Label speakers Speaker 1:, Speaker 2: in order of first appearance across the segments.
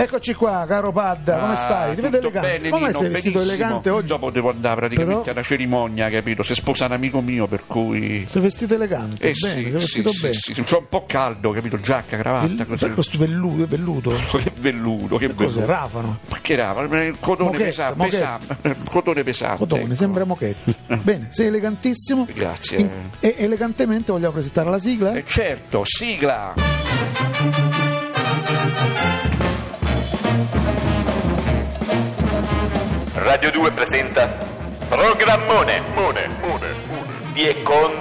Speaker 1: Eccoci qua, caro Padda, come stai? Ti vedo
Speaker 2: Ah, tutto
Speaker 1: elegante.
Speaker 2: bene,
Speaker 1: come
Speaker 2: Nino,
Speaker 1: sei vestito
Speaker 2: benissimo.
Speaker 1: elegante oggi?
Speaker 2: Dopo devo andare praticamente
Speaker 1: Però-
Speaker 2: a una cerimonia, capito? Si sposa un amico mio, per cui...
Speaker 1: Sei vestito elegante,
Speaker 2: Eh
Speaker 1: bene,
Speaker 2: sì,
Speaker 1: sei
Speaker 2: sì,
Speaker 1: vestito
Speaker 2: sì,
Speaker 1: bene.
Speaker 2: sì, sì. C'ho un po' caldo, capito? Giacca, cravatta,
Speaker 1: Vellu-
Speaker 2: così.
Speaker 1: sai questo velluto, velluto?
Speaker 2: Che belludo, che
Speaker 1: Cos'è?
Speaker 2: belludo.
Speaker 1: Rafano,
Speaker 2: Ma che era? Il cotone
Speaker 1: Moquette,
Speaker 2: pesante,
Speaker 1: moquette.
Speaker 2: pesante. Cotone pesante.
Speaker 1: cotone,
Speaker 2: ecco.
Speaker 1: sembra mochetti. Bene, sei elegantissimo.
Speaker 2: Grazie.
Speaker 1: e elegantemente vogliamo presentare la sigla?
Speaker 2: Eh, certo, sigla!
Speaker 3: Radio 2 presenta Programmone Mone, Mone, di e con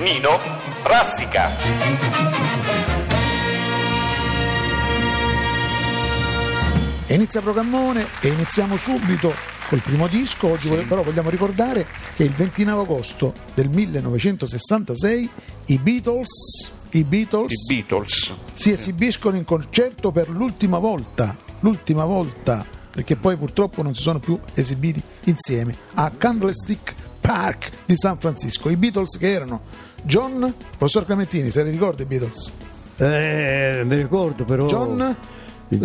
Speaker 3: Nino Frassica.
Speaker 1: E Inizia programmone e iniziamo subito col primo disco. Oggi vole- però vogliamo ricordare che il 29 agosto del 1966 i Beatles, i Beatles
Speaker 2: I Beatles.
Speaker 1: si esibiscono in concerto per l'ultima volta, l'ultima volta, perché poi purtroppo non si sono più esibiti insieme a Candlestick Park di San Francisco. I Beatles che erano John, professor Clementini, se li ricorda i Beatles?
Speaker 4: Eh, mi ricordo però.
Speaker 1: John, Le,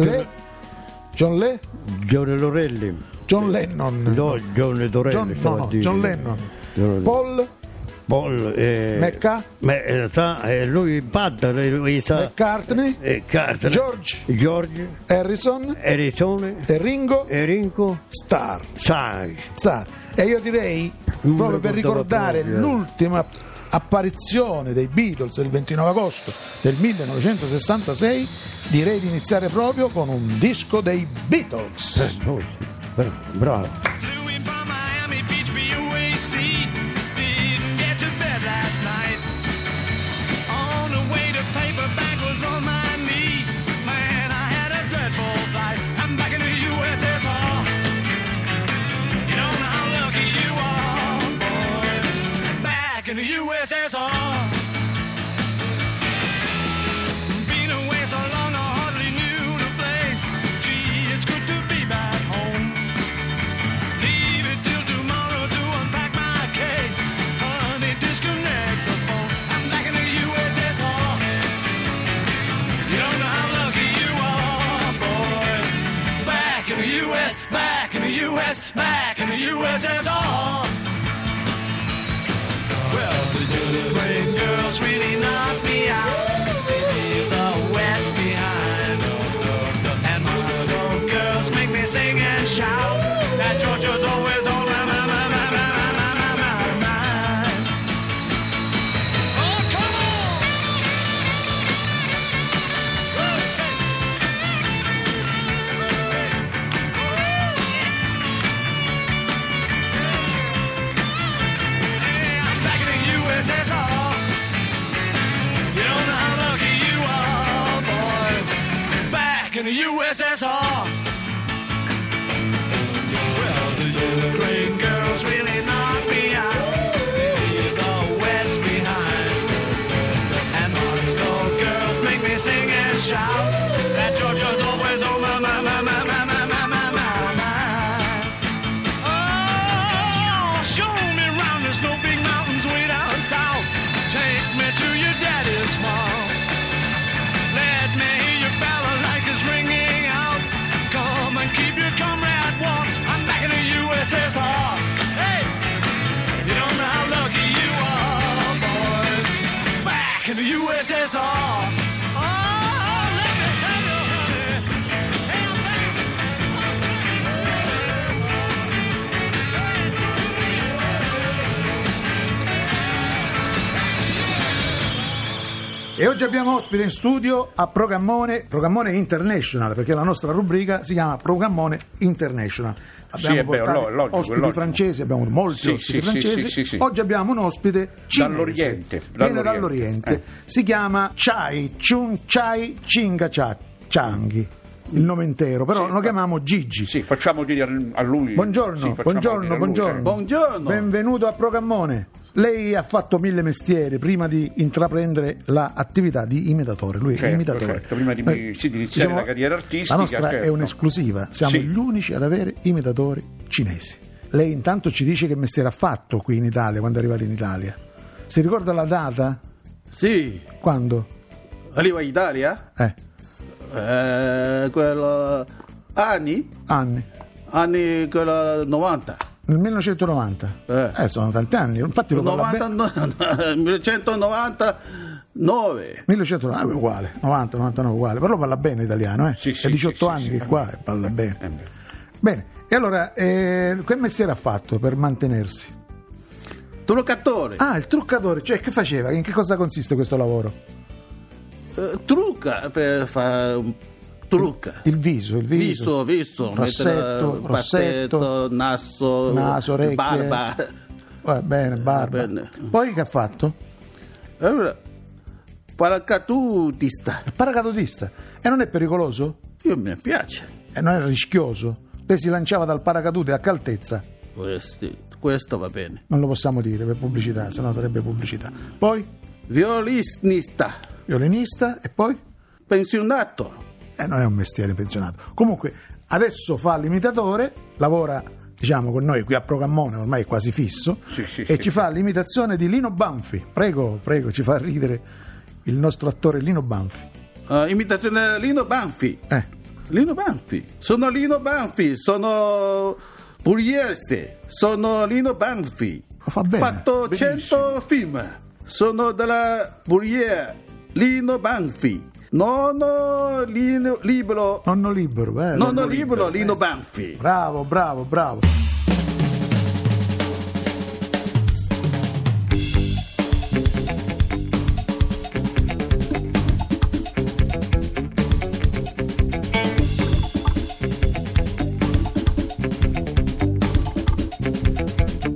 Speaker 1: John Le,
Speaker 4: John Lorelli.
Speaker 1: John Lennon.
Speaker 4: Eh, No, John Dorelli.
Speaker 1: John, no,
Speaker 4: stavo a
Speaker 1: no,
Speaker 4: dire.
Speaker 1: John Lennon,
Speaker 4: John-
Speaker 1: Paul
Speaker 4: Paul, eh,
Speaker 1: Mecca?
Speaker 4: me- eh, sa, eh, lui Padda, lui, lui sa.
Speaker 1: McCartney,
Speaker 4: Ah. eh, Carter.
Speaker 1: George. Eh.
Speaker 4: George,
Speaker 1: Harrison
Speaker 4: Erizone,
Speaker 1: e Ringo
Speaker 4: Eh. Erinco,
Speaker 1: Starr.
Speaker 4: Sai.
Speaker 1: Sa, E io direi,
Speaker 4: Non
Speaker 1: proprio per
Speaker 4: ricordavo
Speaker 1: ricordare
Speaker 4: proprio.
Speaker 1: l'ultima apparizione dei Beatles il 29 agosto del 1966, direi di iniziare proprio con un disco dei Beatles.
Speaker 4: Bravo, Eh, bravo.
Speaker 5: Flew in from Miami Beach, BUAC. Didn't get to bed last night. On the way to paperback was on my knee. Man, I had a dreadful flight. I'm back in the USSR. You don't know how lucky you are, boys. Back in the USSR. Been away so long, I hardly knew the place. Gee, it's good to be back home. Leave it till tomorrow to unpack my case. Honey, disconnect the phone. I'm back in the USSR. You don't know how lucky you are, boy. Back in the US, back in the US, back in the USSR. Well, the Gillibrand girls really knocked me out. They leave the West behind. And Moscow girls make me sing and shout that Georgia's always on my, my, my, my, my, my, my, my, my mind. Oh, come on! Yeah, I'm back in the USSR. You don't know how lucky you are, boys. Back in the USSR. Well, the Ukraine girls really knocked me out. They leave the West behind. And Moscow girls make me sing and shout. That Georgia's always on my, my, my, my, my, my, my, my, my mind. Oh, show me round the snow big mountains way down south. Take me to your daddy's farm. Let me hear your bellow like it's ringing out. Come and keep your comrade warm. I'm back in the USSR. Hey, you don't know how lucky you are, boys. Back in the USSR. Oh, let me tell you, honey. Hey, I'm back in
Speaker 1: E oggi abbiamo ospite in studio a Programmone, Programmone International, perché la nostra rubrica si chiama Programmone International. Abbiamo
Speaker 2: Sì, è vero,
Speaker 1: portato
Speaker 2: lo- logico,
Speaker 1: ospiti
Speaker 2: logico.
Speaker 1: francesi, abbiamo avuto molti
Speaker 2: Sì,
Speaker 1: ospiti
Speaker 2: sì,
Speaker 1: francesi.
Speaker 2: sì, sì, sì, sì.
Speaker 1: Oggi abbiamo un ospite cinese.
Speaker 2: Dall'Oriente,
Speaker 1: Viene
Speaker 2: dall'Oriente, Eh.
Speaker 1: dall'Oriente. Si chiama Chai Chun Chai Chinga Cha- Changi, il nome intero, però lo chiamiamo Gigi.
Speaker 2: Sì, facciamo dire al- a lui. Sì,
Speaker 1: Buongiorno,
Speaker 2: facciamo dire
Speaker 1: buongiorno,
Speaker 2: a lui,
Speaker 1: buongiorno.
Speaker 2: eh.
Speaker 6: Buongiorno.
Speaker 1: Benvenuto a Programmone. Lei ha fatto mille mestieri prima di intraprendere l'attività di imitatore. Lui è
Speaker 2: Certo,
Speaker 1: imitatore.
Speaker 2: certo, prima di-
Speaker 1: Noi,
Speaker 2: sì, di iniziare la carriera artistica,
Speaker 1: La nostra è
Speaker 2: certo.
Speaker 1: un'esclusiva. Siamo
Speaker 2: Sì.
Speaker 1: gli unici ad avere imitatori cinesi. Lei intanto ci dice che mestiere ha fatto qui in Italia, quando è arrivato in Italia. Si ricorda la data?
Speaker 6: Sì,
Speaker 1: Quando?
Speaker 6: arriva Italia
Speaker 1: Eh,
Speaker 6: Eh, quello... Anni?
Speaker 1: Anni.
Speaker 6: Anni quello 90.
Speaker 1: Nel 1990.
Speaker 6: Eh.
Speaker 1: Eh, sono tanti anni. Infatti lo parla bene.
Speaker 6: 90 1999.
Speaker 1: 1999 ah, uguale, 90, 99 uguale, però parla bene italiano, eh?
Speaker 2: Sì, sì,
Speaker 1: è 18
Speaker 2: sì, sì,
Speaker 1: anni
Speaker 2: sì.
Speaker 1: che qua e parla bene.
Speaker 2: Eh beh.
Speaker 1: Bene, e allora eh, che mestiere ha fatto per mantenersi?
Speaker 6: Truccatore.
Speaker 1: Ah, il truccatore, cioè che faceva? In che cosa consiste questo lavoro?
Speaker 6: Eh, trucca, per fa, trucca.
Speaker 1: Il viso, il viso.
Speaker 6: Visto, visto,
Speaker 1: Rossetto,
Speaker 6: mettere
Speaker 1: rossetto,
Speaker 6: passetto, naso,
Speaker 1: naso, orecchie.
Speaker 6: barba.
Speaker 1: Va bene, barba.
Speaker 6: Va bene.
Speaker 1: Poi che ha fatto?
Speaker 6: Eh, Allora, paracadutista,
Speaker 1: Il paracadutista. E non è pericoloso?
Speaker 6: io mi piace.
Speaker 1: E non è rischioso? Lei si lanciava dal paracadute a che altezza?
Speaker 6: Questi- questo va bene.
Speaker 1: Non lo possiamo dire per pubblicità, sennò sarebbe pubblicità. Poi,
Speaker 6: Violinista,
Speaker 1: violinista e poi?
Speaker 6: pensionato,
Speaker 1: Eh, non è un mestiere pensionato. Comunque, adesso fa l'imitatore, lavora diciamo con noi qui a Procammone, ormai è quasi fisso,
Speaker 2: Sì, sì,
Speaker 1: e
Speaker 2: sì.
Speaker 1: ci fa l'imitazione di Lino Banfi. Prego, prego, ci fa ridere il nostro attore Lino Banfi.
Speaker 6: eh, imitazione Lino Banfi.
Speaker 1: Eh,
Speaker 6: Lino Banfi, sono Lino Banfi, sono Pugliese, sono Lino Banfi.
Speaker 1: Lo Oh, fa bene,
Speaker 6: Fatto 100 film, sono della Pugliese, Lino Banfi. Nono Lino, libro,
Speaker 1: nonno libero, eh,
Speaker 6: nono libro Lino Banfi.
Speaker 1: Bravo, bravo, bravo.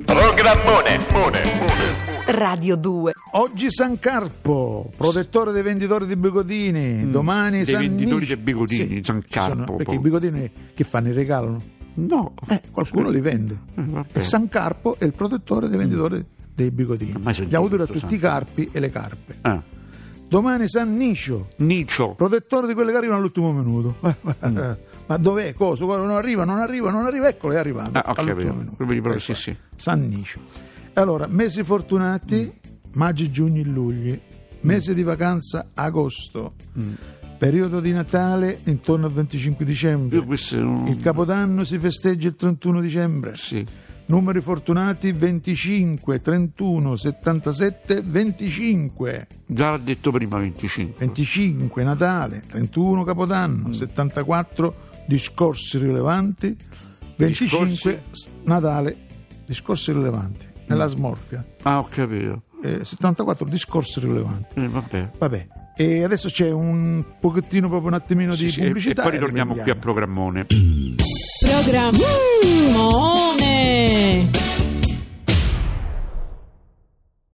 Speaker 3: Programmone. Mone.
Speaker 7: Radio 2.
Speaker 1: Oggi San Carpo, protettore dei venditori di bigodini. Domani
Speaker 2: Mm, dei
Speaker 1: San
Speaker 2: venditori
Speaker 1: Nice.
Speaker 2: dei bigodini,
Speaker 1: Sì,
Speaker 2: San
Speaker 1: sono-
Speaker 2: Carpo,
Speaker 1: perché
Speaker 2: poi.
Speaker 1: i bigodini che fanno? Li regalano?
Speaker 2: No,
Speaker 1: Eh, qualcuno li vende.
Speaker 2: vabbè.
Speaker 1: E San Carpo è il protettore dei venditori dei bigodini.
Speaker 2: mai
Speaker 1: Gli
Speaker 2: sentito
Speaker 1: auguri a
Speaker 2: questo
Speaker 1: tutti i carpi e le carpe.
Speaker 2: Ah,
Speaker 1: Domani San Nicio,
Speaker 2: Nicio.
Speaker 1: protettore di quelle che arrivano all'ultimo minuto. Eh, eh,
Speaker 2: Mm.
Speaker 1: eh. Ma dov'è? Cosa? Guarda, Non arriva, non arriva, non arriva. Eccolo, è arrivato.
Speaker 2: Ah, ho
Speaker 1: all'ultimo
Speaker 2: capito.
Speaker 1: minuto.
Speaker 2: Quindi proprio-
Speaker 1: Ecco
Speaker 2: sì,
Speaker 1: qua. San Nicio. Allora, mesi fortunati,
Speaker 2: Mm.
Speaker 1: maggio, giugno e luglio. Mese di vacanza, agosto.
Speaker 2: Mm.
Speaker 1: Periodo di Natale intorno al 25 dicembre.
Speaker 2: Io questo non...
Speaker 1: Il Capodanno si festeggia il 31 dicembre.
Speaker 2: Sì.
Speaker 1: Numeri fortunati 25, 31, 77, 25.
Speaker 2: Già l'ha detto prima 25.
Speaker 1: 25 Natale, 31 Capodanno,
Speaker 2: Mm.
Speaker 1: 74 discorsi rilevanti, 25 s- Natale, discorsi rilevanti, nella smorfia,
Speaker 2: Ah, ho capito.
Speaker 1: eh, 74 discorsi rilevanti.
Speaker 2: Eh, vabbè.
Speaker 1: Vabbè, e adesso c'è un pochettino, proprio un attimino di
Speaker 2: Sì, sì, e-
Speaker 1: pubblicità.
Speaker 2: e poi ritorniamo qui a
Speaker 1: riprendiamo.
Speaker 2: programmone.
Speaker 8: Programmone.